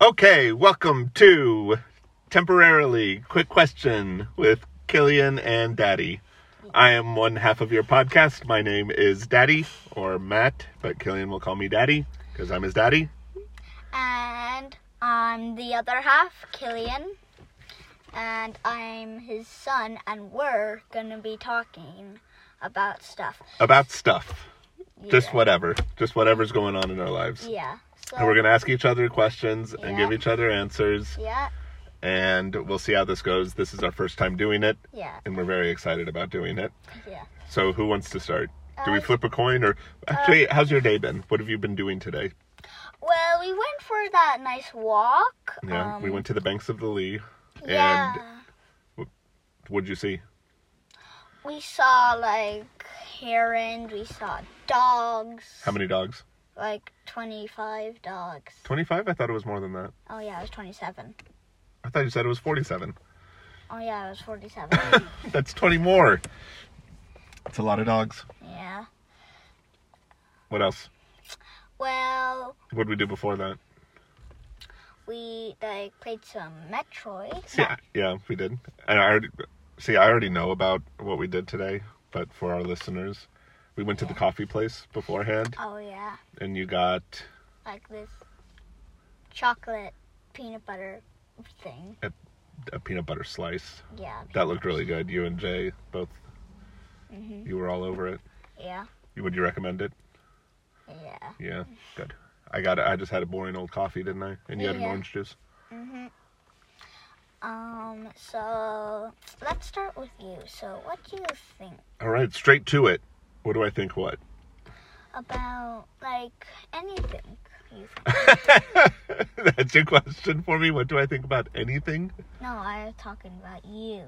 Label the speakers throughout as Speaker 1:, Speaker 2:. Speaker 1: Okay, welcome to Temporarily Quick Question with Killian and Daddy. I am one half of your podcast. My name is Daddy or Matt, but Killian will call me Daddy because I'm his daddy.
Speaker 2: And I'm the other half, Killian. And I'm his son, and we're gonna be talking about stuff.
Speaker 1: About stuff, just
Speaker 2: Yeah.
Speaker 1: whatever, just whatever's going on in our lives.
Speaker 2: Yeah. So,
Speaker 1: And we're going to ask each other questions and
Speaker 2: Yeah.
Speaker 1: give each other answers,
Speaker 2: Yeah,
Speaker 1: and we'll see how this goes. This is our first time doing it,
Speaker 2: yeah,
Speaker 1: and we're very excited about doing it.
Speaker 2: yeah.
Speaker 1: So, who wants to start? Do we
Speaker 2: Uh,
Speaker 1: flip a coin or actually, how's your day been? What have you been doing today?
Speaker 2: Well, we went for that nice walk.
Speaker 1: Yeah, we
Speaker 2: um,
Speaker 1: went to the banks of the Lee. And
Speaker 2: Yeah.
Speaker 1: what'd you see?
Speaker 2: We saw like herons. We saw dogs.
Speaker 1: How many dogs?
Speaker 2: Like twenty-five dogs.
Speaker 1: 25? I thought it was more than that.
Speaker 2: Oh yeah, it was twenty-seven.
Speaker 1: I thought you said it was 47.
Speaker 2: Oh yeah, it was forty-seven.
Speaker 1: That's 20 more. That's a lot of dogs.
Speaker 2: yeah.
Speaker 1: What else?
Speaker 2: Well,
Speaker 1: What'd we do before that?
Speaker 2: we like played some Metroid.
Speaker 1: Yeah, yeah, we did. And I already, see, I already know about what we did today, but for our listeners, we went to the coffee place beforehand,
Speaker 2: Oh yeah,
Speaker 1: and you got
Speaker 2: like this chocolate peanut butter thing.
Speaker 1: a peanut butter slice.
Speaker 2: Yeah,
Speaker 1: That looked really good. You and Jay both,
Speaker 2: Mhm.
Speaker 1: you were all over it.
Speaker 2: yeah,
Speaker 1: Would you recommend it?
Speaker 2: yeah.
Speaker 1: Yeah, good. I got. I just had a boring old coffee, didn't I? And you had an
Speaker 2: Yeah.
Speaker 1: orange juice. Mm-hmm.
Speaker 2: Mhm. Um. So let's start with you. So what do you think
Speaker 1: All right, straight to it. What do I think? What?
Speaker 2: about like anything? You think?
Speaker 1: That's your question for me. What do I think about anything?
Speaker 2: No, I was talking about you.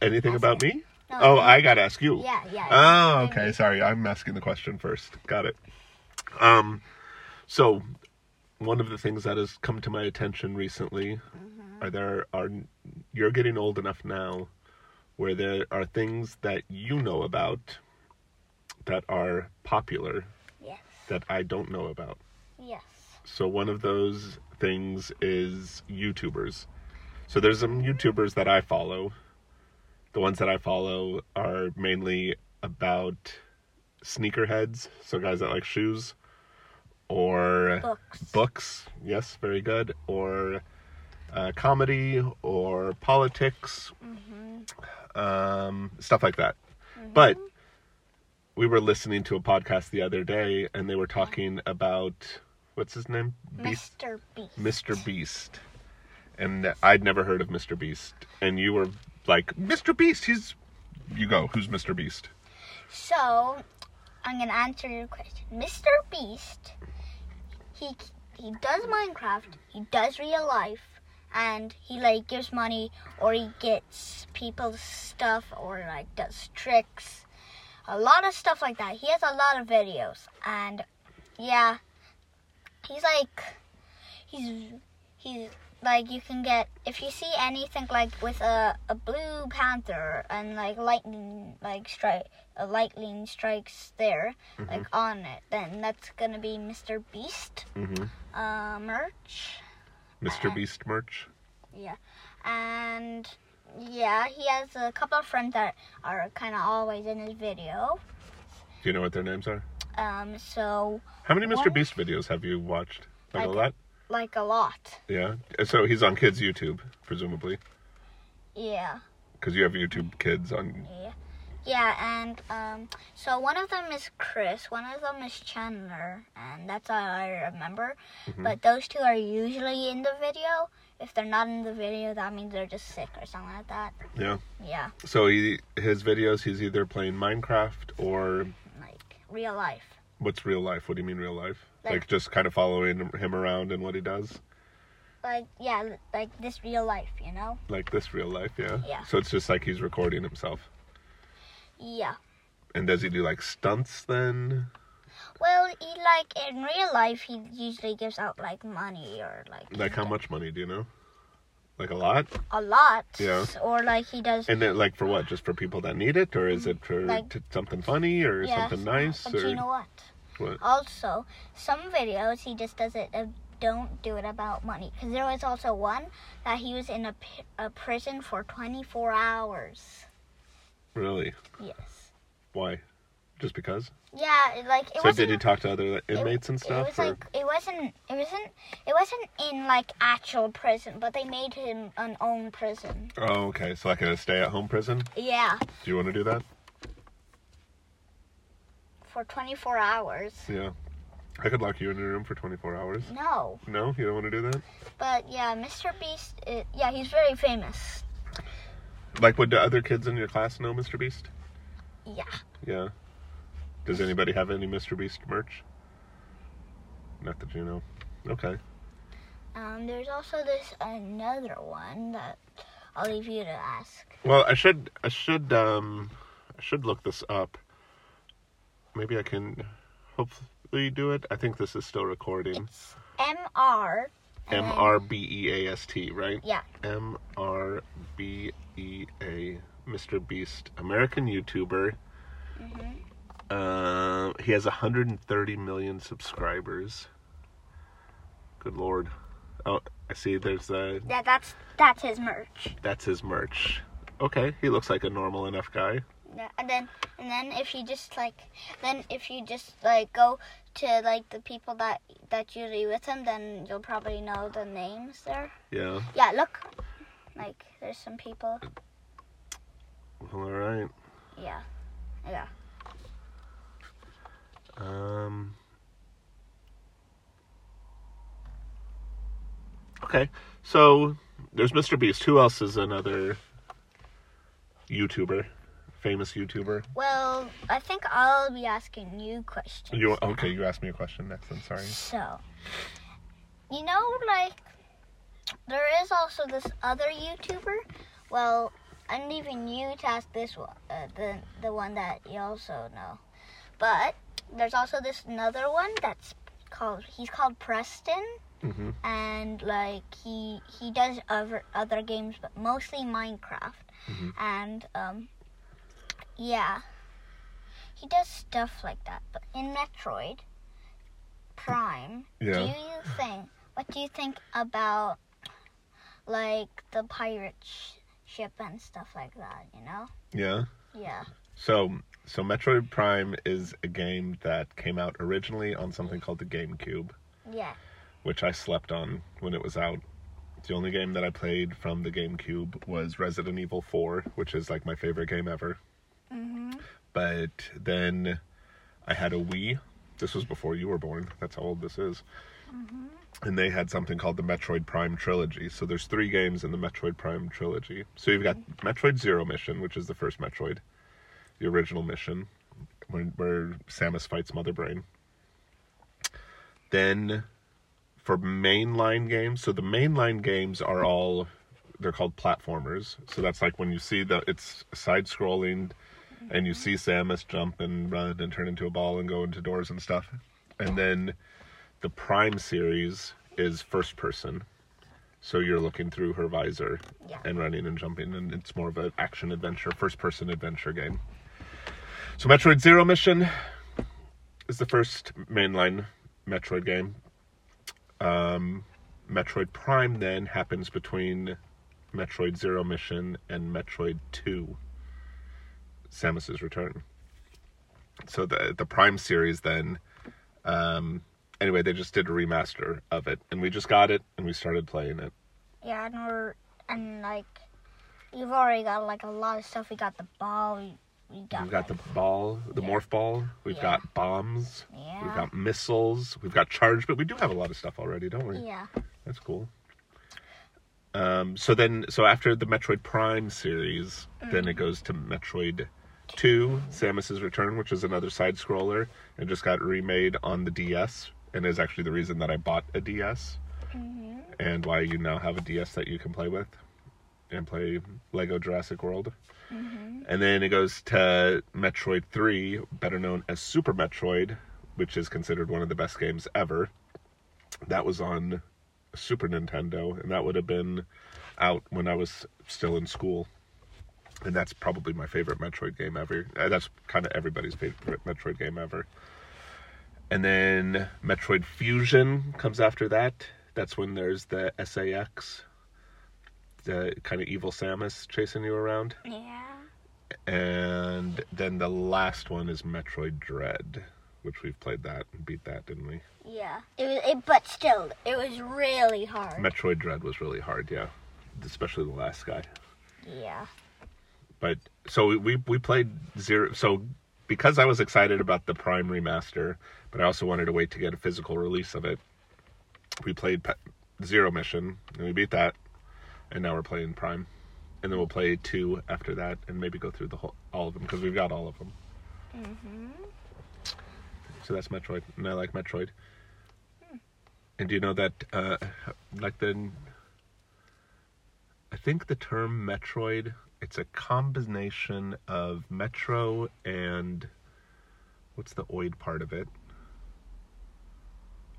Speaker 1: Anything
Speaker 2: That's
Speaker 1: about
Speaker 2: it. Um,
Speaker 1: me?
Speaker 2: No,
Speaker 1: Oh,
Speaker 2: you-
Speaker 1: I gotta ask you.
Speaker 2: Yeah, yeah.
Speaker 1: Oh, okay. Sorry, I'm asking the question first. Got it. Um, so one of the things that has come to my attention recently are there are you're getting old enough now where there are things that you know about that are popular
Speaker 2: Yes.
Speaker 1: that I don't know about.
Speaker 2: Yes.
Speaker 1: So one of those things is YouTubers. So there's some YouTubers that I follow. The ones that I follow are mainly about sneakerheads, so guys that like shoes, or
Speaker 2: Books.
Speaker 1: books. Yes, very good. Or uh, comedy, or politics, um, stuff like that. But we were listening to a podcast the other day, and they were talking about what's his name, Beast,
Speaker 2: Mr. Beast.
Speaker 1: Mr. Beast, and I'd never heard of Mr. Beast, and you were like, Mr. Beast, he's you go. Who's Mr. Beast?
Speaker 2: So, I'm gonna answer your question. Mr. Beast, he he does Minecraft, he does real life, and he like gives money or he gets people's stuff or like does tricks, a lot of stuff like that. He has a lot of videos, and yeah, he's like he's he's like you can get if you see anything like with a, a blue panther and like lightning like strike a lightning strikes there like on it then that's gonna be mr beast
Speaker 1: hmm
Speaker 2: uh, merch
Speaker 1: Mr. Beast merch.
Speaker 2: and yeah he has a couple of friends that are kind of always in his video
Speaker 1: Do you know what their names are?
Speaker 2: um so
Speaker 1: How many Mr.
Speaker 2: What?
Speaker 1: Beast videos have you watched? Like a
Speaker 2: Like-
Speaker 1: lot.
Speaker 2: like a lot
Speaker 1: Yeah. So he's on kids' YouTube, presumably,
Speaker 2: yeah
Speaker 1: because you have YouTube kids on.
Speaker 2: Yeah. Yeah, and um, so one of them is Chris, one of them is Chandler, and that's all I remember. But those two are usually in the video. If they're not in the video, that means they're just sick or something like that.
Speaker 1: Yeah.
Speaker 2: Yeah,
Speaker 1: So he his videos, he's either playing Minecraft or
Speaker 2: like real life.
Speaker 1: what's real life? What do you mean real life? Like,
Speaker 2: Like-
Speaker 1: just kind of following him around and what he does,
Speaker 2: Like, yeah, like this real life, you know?
Speaker 1: like this real life. Yeah.
Speaker 2: Yeah.
Speaker 1: So it's just like he's recording himself.
Speaker 2: Yeah.
Speaker 1: And does he do like stunts then?
Speaker 2: Well, he, like, in real life, he usually gives out, like, money or, like,
Speaker 1: Like how much money do you know? Like a lot?
Speaker 2: a lot.
Speaker 1: Yeah.
Speaker 2: Or, like, he does.
Speaker 1: And then like for what? Just for people that need it, or is it for
Speaker 2: Like-
Speaker 1: t- something funny or
Speaker 2: yeah,
Speaker 1: something nice?
Speaker 2: But
Speaker 1: or
Speaker 2: you know what?
Speaker 1: what?
Speaker 2: Also, some videos he just does it a don't do it about money. Because there was also one that he was in a, p- a prison for 24 hours.
Speaker 1: Really?
Speaker 2: Yes.
Speaker 1: Why? Just because?
Speaker 2: Yeah, it, like it
Speaker 1: so
Speaker 2: wasn't.
Speaker 1: did you talk to other
Speaker 2: it-
Speaker 1: inmates and stuff?
Speaker 2: It was
Speaker 1: or-
Speaker 2: like it wasn't. It wasn't. It wasn't in like actual prison, but they made him an own prison.
Speaker 1: oh, okay. So like in a stay-at-home prison?
Speaker 2: Yeah,
Speaker 1: Do you want to do that?
Speaker 2: for 24 hours.
Speaker 1: Yeah. I could lock you in your room for 24 hours.
Speaker 2: No,
Speaker 1: No, you don't want to do that.
Speaker 2: but yeah, Mr. Beast. uh yeah, he's very famous.
Speaker 1: Like, would the other kids in your class know Mr. Beast?
Speaker 2: Yeah.
Speaker 1: Yeah. Does anybody have any Mr. Beast merch? Not that you know. Okay.
Speaker 2: Um, there's also this another one that I'll leave you to ask.
Speaker 1: Well, I should I should um I should look this up. Maybe I can hopefully do it. I think this is still recording.
Speaker 2: It's MR. and
Speaker 1: M
Speaker 2: then-
Speaker 1: R B E A S T, right?
Speaker 2: Yeah.
Speaker 1: M R B E A Mr. Beast, American YouTuber. Uh, he has 130 million subscribers. Good lord. Oh, I see there's a
Speaker 2: Yeah, that's that's his merch.
Speaker 1: that's his merch. Okay, he looks like a normal enough guy.
Speaker 2: Yeah, and then and then if you just like then if you just like go to like the people that that usually with him, then you'll probably know the names there.
Speaker 1: Yeah.
Speaker 2: Yeah, look, like there's some people.
Speaker 1: Well, all right.
Speaker 2: Yeah, yeah.
Speaker 1: Um Okay. So, there's Mr. Beast. Who else is another YouTuber? Famous YouTuber?
Speaker 2: Well, I think I'll be asking you questions.
Speaker 1: You okay? You asked me a question next. I'm sorry.
Speaker 2: So, you know, like, there is also this other YouTuber. Well, I'm leaving you to ask this one, uh, the the one that you also know. But there's also this another one that's called he's called Preston,
Speaker 1: hmm
Speaker 2: and like he he does other other games, but mostly Minecraft,
Speaker 1: Mhm.
Speaker 2: and um, yeah. He does stuff like that, but in Metroid Prime, do
Speaker 1: Yeah.
Speaker 2: you think? What do you think about like the pirate sh- ship and stuff like that? You know?
Speaker 1: Yeah.
Speaker 2: Yeah.
Speaker 1: So, so Metroid Prime is a game that came out originally on something called the GameCube,
Speaker 2: Yeah.
Speaker 1: which I slept on when it was out. The only game that I played from the GameCube was Resident Evil 4, which is like my favorite game ever.
Speaker 2: Mhm.
Speaker 1: But then I had a Wii. This was before you were born. That's how old this is. And they had something called the Metroid Prime trilogy. So there's three games in the Metroid Prime trilogy. So you've got Metroid Zero Mission, which is the first Metroid, the original mission, where, where Samus fights Mother Brain. Then for mainline games, so the mainline games are all they're called platformers. So that's like when you see the it's side scrolling and you see Samus jump and run and turn into a ball and go into doors and stuff. And then the Prime series is first person. So you're looking through her visor
Speaker 2: Yeah.
Speaker 1: and running and jumping, and it's more of an action adventure, first person adventure game. So Metroid Zero Mission is the first mainline Metroid game. Um, Metroid Prime then happens between Metroid Zero Mission and Metroid Two. Samus's return. So the the Prime series then um anyway, they just did a remaster of it and we just got it and we started playing it.
Speaker 2: Yeah, and we're and like you've already got like a lot of stuff. We got the ball. We, we got.
Speaker 1: We've got the
Speaker 2: like-
Speaker 1: ball, the
Speaker 2: Yeah.
Speaker 1: morph ball, we've
Speaker 2: Yeah.
Speaker 1: got bombs, we've
Speaker 2: Yeah.
Speaker 1: got missiles, we've got charge, but we do have a lot of stuff already, don't we?
Speaker 2: Yeah.
Speaker 1: That's cool. Um, so then, so after the Metroid Prime series, then it goes to Metroid 2, Samus's Return, which is another side scroller and just got remade on the DS and is actually the reason that I bought a DS
Speaker 2: Mhm.
Speaker 1: and why you now have a DS that you can play with and play Lego Jurassic World. And then it goes to Metroid 3, better known as Super Metroid, which is considered one of the best games ever. That was on Super Nintendo, and that would have been out when I was still in school. And that's probably my favorite Metroid game ever. Uh, That's kind of everybody's favorite Metroid game ever. And then Metroid Fusion comes after that. That's when there's the SAX, the kind of evil Samus chasing you around.
Speaker 2: Yeah.
Speaker 1: And then the last one is Metroid Dread, which we've played that and beat that, didn't we?
Speaker 2: Yeah. It was, it, but still, it was really hard.
Speaker 1: Metroid Dread was really hard, yeah. Especially the last guy.
Speaker 2: yeah.
Speaker 1: But so we- we we played zero so because I was excited about the Prime remaster, but I also wanted to wait to get a physical release of it. We played Pe- Zero Mission and we beat that, and now we're playing Prime, and then we'll play two after that, and maybe go through the whole all of them because we've got all of them. So that's Metroid, and I like Metroid. And do you know that, uh, like the, I think the term Metroid, it's a combination of Metro and what's the oid part of it?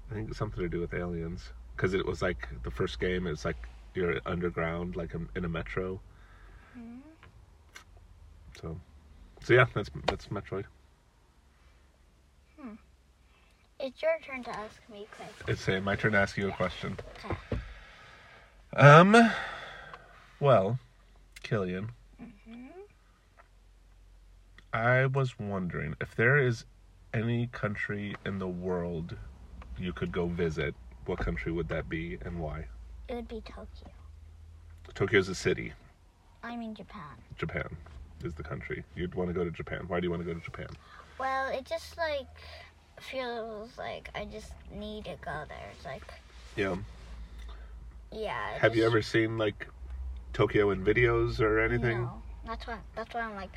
Speaker 1: I think it's something to do with aliens, because it was like the first game. It's like you're underground, like in- in a metro. So, so yeah, that's that's Metroid.
Speaker 2: It's your turn to ask me, Craig.
Speaker 1: It's uh, my turn to ask you a question. Um, well, Killian, I was wondering if there is any country in the world you could go visit. What country would that be, and why?
Speaker 2: It would be Tokyo.
Speaker 1: Tokyo's a city.
Speaker 2: I mean Japan.
Speaker 1: Japan is the country. You'd want to go to Japan. Why do you want to go to Japan?
Speaker 2: Well, it just like feels like I just need to go there. It's like
Speaker 1: Yeah.
Speaker 2: yeah. it
Speaker 1: Have you
Speaker 2: just-
Speaker 1: ever seen like Tokyo in videos or anything?
Speaker 2: No. That's why that's why I'm like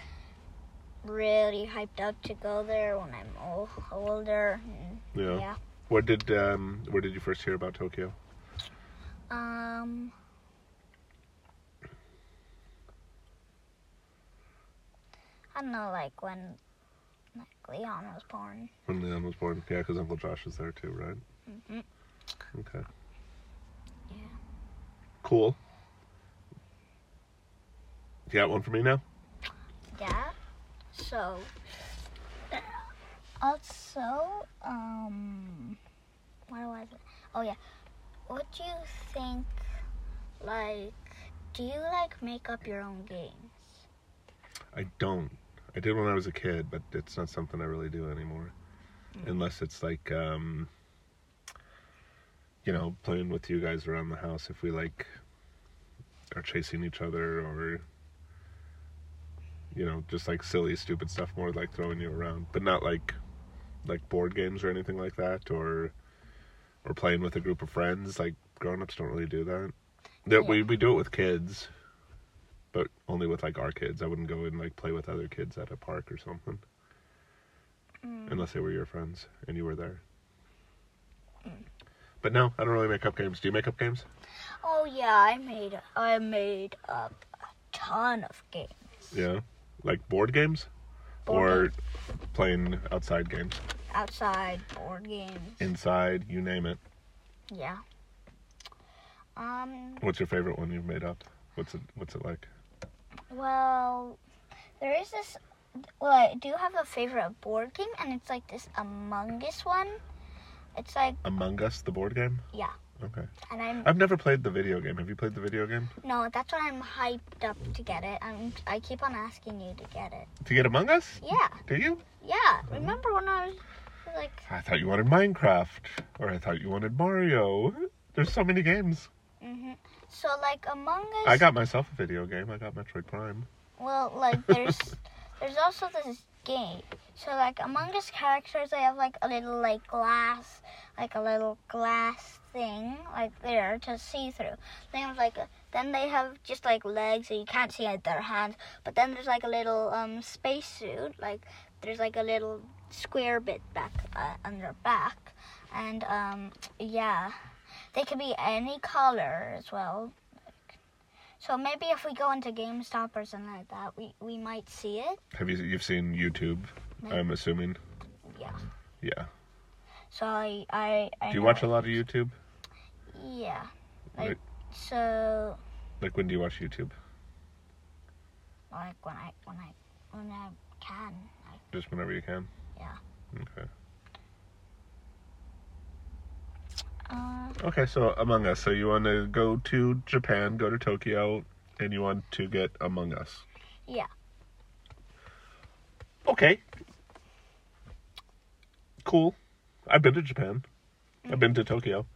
Speaker 2: really hyped up to go there when I'm o- older. and-
Speaker 1: Yeah.
Speaker 2: yeah.
Speaker 1: Where did um where did you first hear about Tokyo?
Speaker 2: Um. I don't know, like when like Leon was born.
Speaker 1: When Leon was born. Yeah, because Uncle Josh is there too, right?
Speaker 2: Mm-hmm.
Speaker 1: Okay.
Speaker 2: Yeah.
Speaker 1: Cool. You got one for me now?
Speaker 2: Yeah. So. uh, Also, um, what was it? Oh yeah. What do you think? Like, do you like make up your own game?
Speaker 1: I don't. I did when I was a kid, but it's not something I really do anymore.
Speaker 2: Mm.
Speaker 1: Unless it's like, um, you know, playing with you guys around the house if we like are chasing each other or, you know, just like silly, stupid stuff, more like throwing you around, but not like like board games or anything like that or or playing with a group of friends like grown-ups don't really do that that we, we do it with kids but only with like our kids. I wouldn't go and like play with other kids at a park or something, unless they were your friends and you were there. But no, I don't really make up games. Do you make up games?
Speaker 2: Oh yeah, I made I made up a ton of games.
Speaker 1: Yeah, like board games,
Speaker 2: Board
Speaker 1: or
Speaker 2: games.
Speaker 1: playing outside games,
Speaker 2: outside board games.
Speaker 1: inside, you name it.
Speaker 2: Yeah. Um.
Speaker 1: What's your favorite one you've made up? What's it What's it like?
Speaker 2: Well, there is this. Well, I do have a favorite board game, and it's like this Among Us one. It's like
Speaker 1: Among Us, the board game.
Speaker 2: yeah,
Speaker 1: Okay,
Speaker 2: and I'm
Speaker 1: I've never played the video game. Have you played the video game?
Speaker 2: no, that's why I'm hyped up to get it. I'm I keep on asking you to get it.
Speaker 1: To get Among Us?
Speaker 2: Yeah,
Speaker 1: Do you?
Speaker 2: yeah.
Speaker 1: Mm-hmm.
Speaker 2: Remember when I was like,
Speaker 1: I thought you wanted Minecraft, or I thought you wanted Mario. There's so many games.
Speaker 2: hmm so like Among Us.
Speaker 1: I got myself a video game. I got Metroid Prime.
Speaker 2: Well, like there's there's also this game. So like among us characters, they have like a little like glass, like a little glass thing, like there to see through. They have like a- then they have just like legs, so you can't see their hands. But then there's like a little um spacesuit, like there's like a little square bit back uh, on their back, and um yeah, they could be any color as well. So maybe if we go into GameStop or something like that, we, we might see it.
Speaker 1: Have you you've seen YouTube?
Speaker 2: Mm-hmm.
Speaker 1: I'm assuming.
Speaker 2: Yeah.
Speaker 1: Yeah.
Speaker 2: So I I. I
Speaker 1: Do you
Speaker 2: know
Speaker 1: watch
Speaker 2: it.
Speaker 1: a lot of YouTube?
Speaker 2: Yeah. Like
Speaker 1: Right.
Speaker 2: so,
Speaker 1: Like when do you watch YouTube?
Speaker 2: like when I when I when I can.
Speaker 1: Just whenever you can.
Speaker 2: Yeah.
Speaker 1: Okay.
Speaker 2: Uh,
Speaker 1: Okay, so Among Us. So you want to go to Japan, go to Tokyo, and you want to get Among Us.
Speaker 2: yeah.
Speaker 1: Okay. Cool. I've been to Japan. I've been to Tokyo.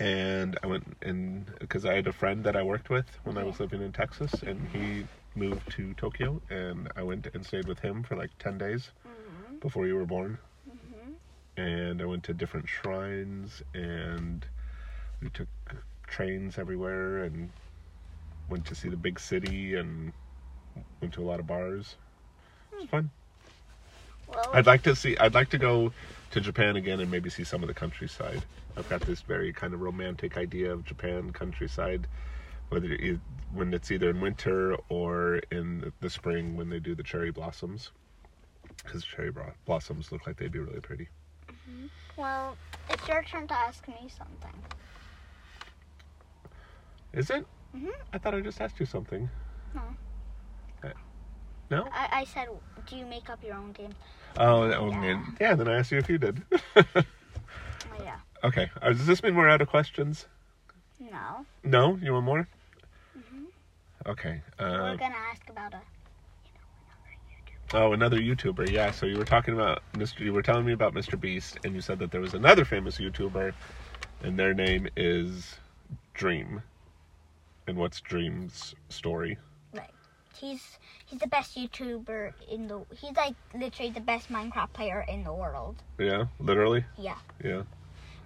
Speaker 1: And I went and because I had a friend that I worked with when I was living in Texas, and he moved to Tokyo, and I went and stayed with him for like ten days before you were born. And I went to different shrines, and we took trains everywhere, and went to see the big city, and went to a lot of bars. It was fun.
Speaker 2: Well,
Speaker 1: I'd like to see. I'd like to go to Japan again and maybe see some of the countryside. I've got this very kind of romantic idea of Japan countryside, whether it, when it's either in winter or in the spring when they do the cherry blossoms, because cherry bro- blossoms look like they'd be really pretty.
Speaker 2: well, it's your turn to ask me something.
Speaker 1: Is it?
Speaker 2: Mhm.
Speaker 1: I thought I just asked you something.
Speaker 2: No.
Speaker 1: Uh, No?
Speaker 2: I, I said, do you make up your own game?
Speaker 1: Oh, that was mean. Yeah, then I asked you if you did.
Speaker 2: Oh, yeah.
Speaker 1: okay. Uh, Does this mean we're out of questions?
Speaker 2: No.
Speaker 1: No? You want more? Okay. Uh,
Speaker 2: We're gonna ask about a.
Speaker 1: Oh, another YouTuber. Yeah. So you were talking about Mr. You were telling me about Mr. Beast, and you said that there was another famous YouTuber, and their name is Dream. And what's Dream's story?
Speaker 2: Like, he's he's the best YouTuber in the. He's like literally the best Minecraft player in the world.
Speaker 1: Yeah, literally.
Speaker 2: Yeah.
Speaker 1: Yeah.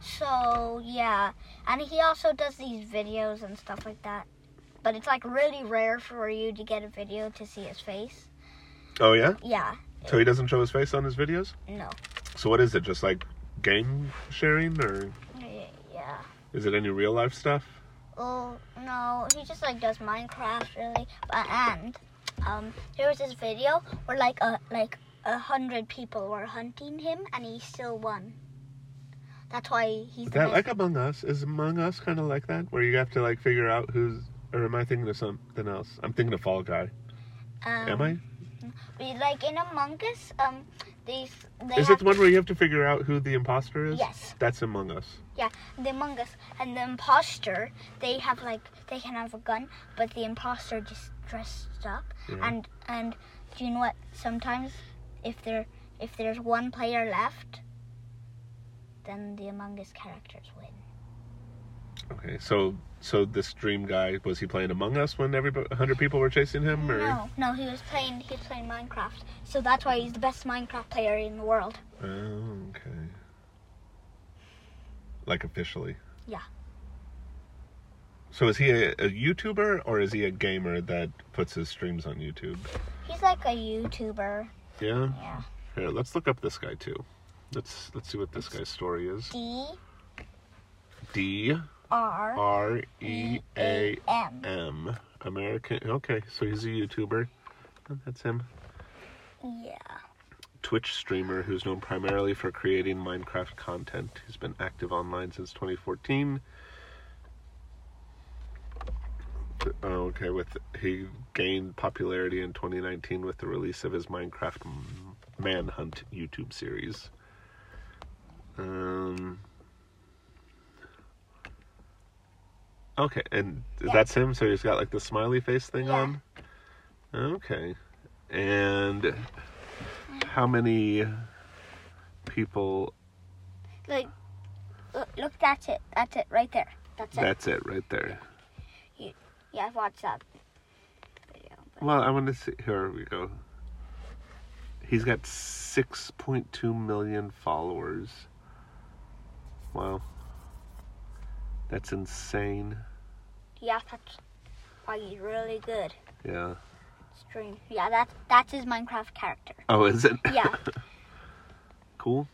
Speaker 2: So yeah, and he also does these videos and stuff like that. But it's like really rare for you to get a video to see his face.
Speaker 1: Oh yeah.
Speaker 2: Yeah.
Speaker 1: So he doesn't show his face on his videos.
Speaker 2: No.
Speaker 1: So what is it? Just like game sharing, or
Speaker 2: Yeah.
Speaker 1: is it any real life stuff?
Speaker 2: Oh no, he just like does Minecraft really. But and um, there was this video where like a like a hundred people were hunting him, and he still won. That's why he's
Speaker 1: Is
Speaker 2: the
Speaker 1: that
Speaker 2: best.
Speaker 1: like Among Us? Is Among Us kind of like that, where you have to like figure out who's? Or am I thinking of something else? I'm thinking of Fall Guy.
Speaker 2: um,
Speaker 1: Am I?
Speaker 2: we- Like in Among Us, um, they they
Speaker 1: Is
Speaker 2: have
Speaker 1: it the one where you have to figure out who the imposter is?
Speaker 2: Yes.
Speaker 1: That's Among Us.
Speaker 2: Yeah, the Among Us and the imposter, they have like they can have a gun, but the imposter just dressed up.
Speaker 1: Yeah.
Speaker 2: And and do you know what? Sometimes if there if there's one player left, then the Among Us characters win.
Speaker 1: Okay, so so this dream guy was he playing Among Us when every hundred people were chasing him, or
Speaker 2: No, no, he was playing he was playing Minecraft, so that's why he's the best Minecraft player in the world.
Speaker 1: Oh, okay, like officially.
Speaker 2: Yeah.
Speaker 1: So is he a, a YouTuber or is he a gamer that puts his streams on YouTube?
Speaker 2: He's like a YouTuber.
Speaker 1: Yeah.
Speaker 2: Yeah.
Speaker 1: Here, let's look up this guy too. Let's let's see what this guy's story is.
Speaker 2: D
Speaker 1: D
Speaker 2: R
Speaker 1: R E A
Speaker 2: M.
Speaker 1: M American. Okay, so he's a YouTuber. That's him.
Speaker 2: Yeah.
Speaker 1: Twitch streamer who's known primarily for creating Minecraft content. He's been active online since 2014. Oh, okay, with he gained popularity in 2019 with the release of his Minecraft M- Manhunt YouTube series. Um. Okay, and
Speaker 2: Yeah.
Speaker 1: that's him. So he's got like the smiley face thing
Speaker 2: Yeah.
Speaker 1: on. Okay, and how many people
Speaker 2: Like, look, look, that's it. That's it right there. That's it.
Speaker 1: that's it right there
Speaker 2: yeah, I've watched that video. but-
Speaker 1: well i want to see here we go he's got 6.2 million followers wow that's insane
Speaker 2: yeah, that's why he's really good.
Speaker 1: yeah
Speaker 2: Stream. Yeah, that's that's his Minecraft character.
Speaker 1: oh is it
Speaker 2: Yeah.
Speaker 1: cool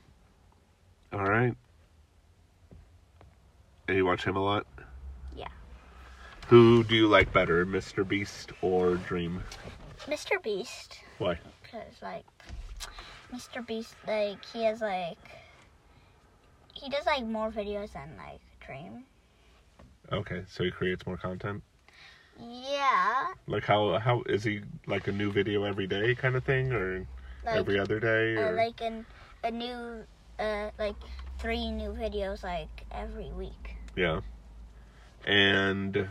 Speaker 1: all right and you watch him a lot
Speaker 2: Yeah.
Speaker 1: who do you like better mr beast or dream
Speaker 2: Mr. Beast,
Speaker 1: why
Speaker 2: because like, Mr. Beast, like he has like, he does like more videos than like Dream.
Speaker 1: okay so he creates more content
Speaker 2: Yeah.
Speaker 1: Like how how is he like a new video every day kind of thing or
Speaker 2: Like,
Speaker 1: every other day
Speaker 2: uh,
Speaker 1: or
Speaker 2: like an a new uh like three new videos like every week.
Speaker 1: Yeah. And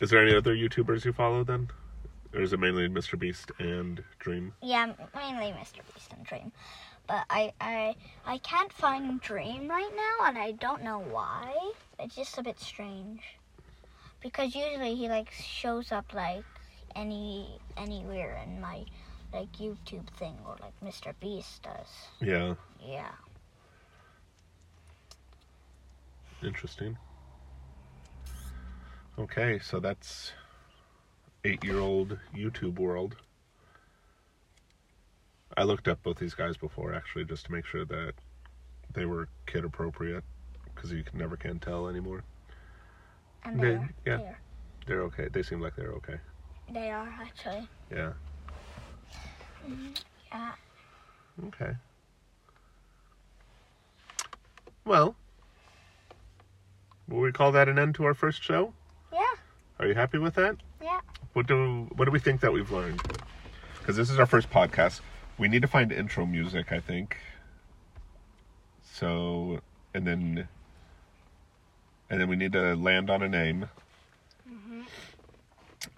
Speaker 1: is there any other YouTubers you follow then? Or is it mainly Mr. Beast and Dream?
Speaker 2: Yeah, mainly Mr. Beast and Dream. But I, I I can't find Dream right now, and I don't know why. It's just a bit strange, because usually he like shows up like any anywhere in my like YouTube thing or like Mr. Beast does.
Speaker 1: Yeah.
Speaker 2: Yeah.
Speaker 1: Interesting. Okay, so that's eight year old YouTube world. I looked up both these guys before actually just to make sure that they were kid appropriate because you can, never can tell anymore.
Speaker 2: And they,
Speaker 1: They-
Speaker 2: are.
Speaker 1: yeah.
Speaker 2: They are.
Speaker 1: They're okay. They seem like they're okay.
Speaker 2: They are actually.
Speaker 1: Yeah.
Speaker 2: Yeah.
Speaker 1: Okay. Well, will we call that an end to our first show?
Speaker 2: Yeah.
Speaker 1: Are you happy with that?
Speaker 2: Yeah.
Speaker 1: What do what do we think that we've learned? Because this is our first podcast. We need to find intro music, I think. So and then and then we need to land on a name.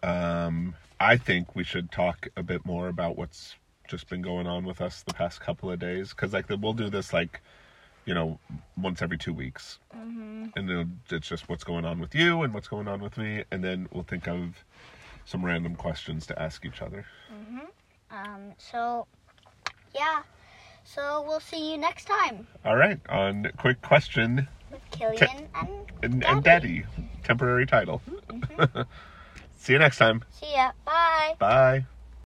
Speaker 1: Um, I think we should talk a bit more about what's just been going on with us the past couple of days. Because like the, we'll do this like you know once every two weeks,
Speaker 2: Mm-hmm.
Speaker 1: and it'll, it's just what's going on with you and what's going on with me, and then we'll think of some random questions to ask each other.
Speaker 2: Um. So. Yeah. So we'll see you next time
Speaker 1: All right, on quick question
Speaker 2: with Killian and
Speaker 1: and, and daddy, temporary title. See you next time.
Speaker 2: See ya. Bye.
Speaker 1: Bye.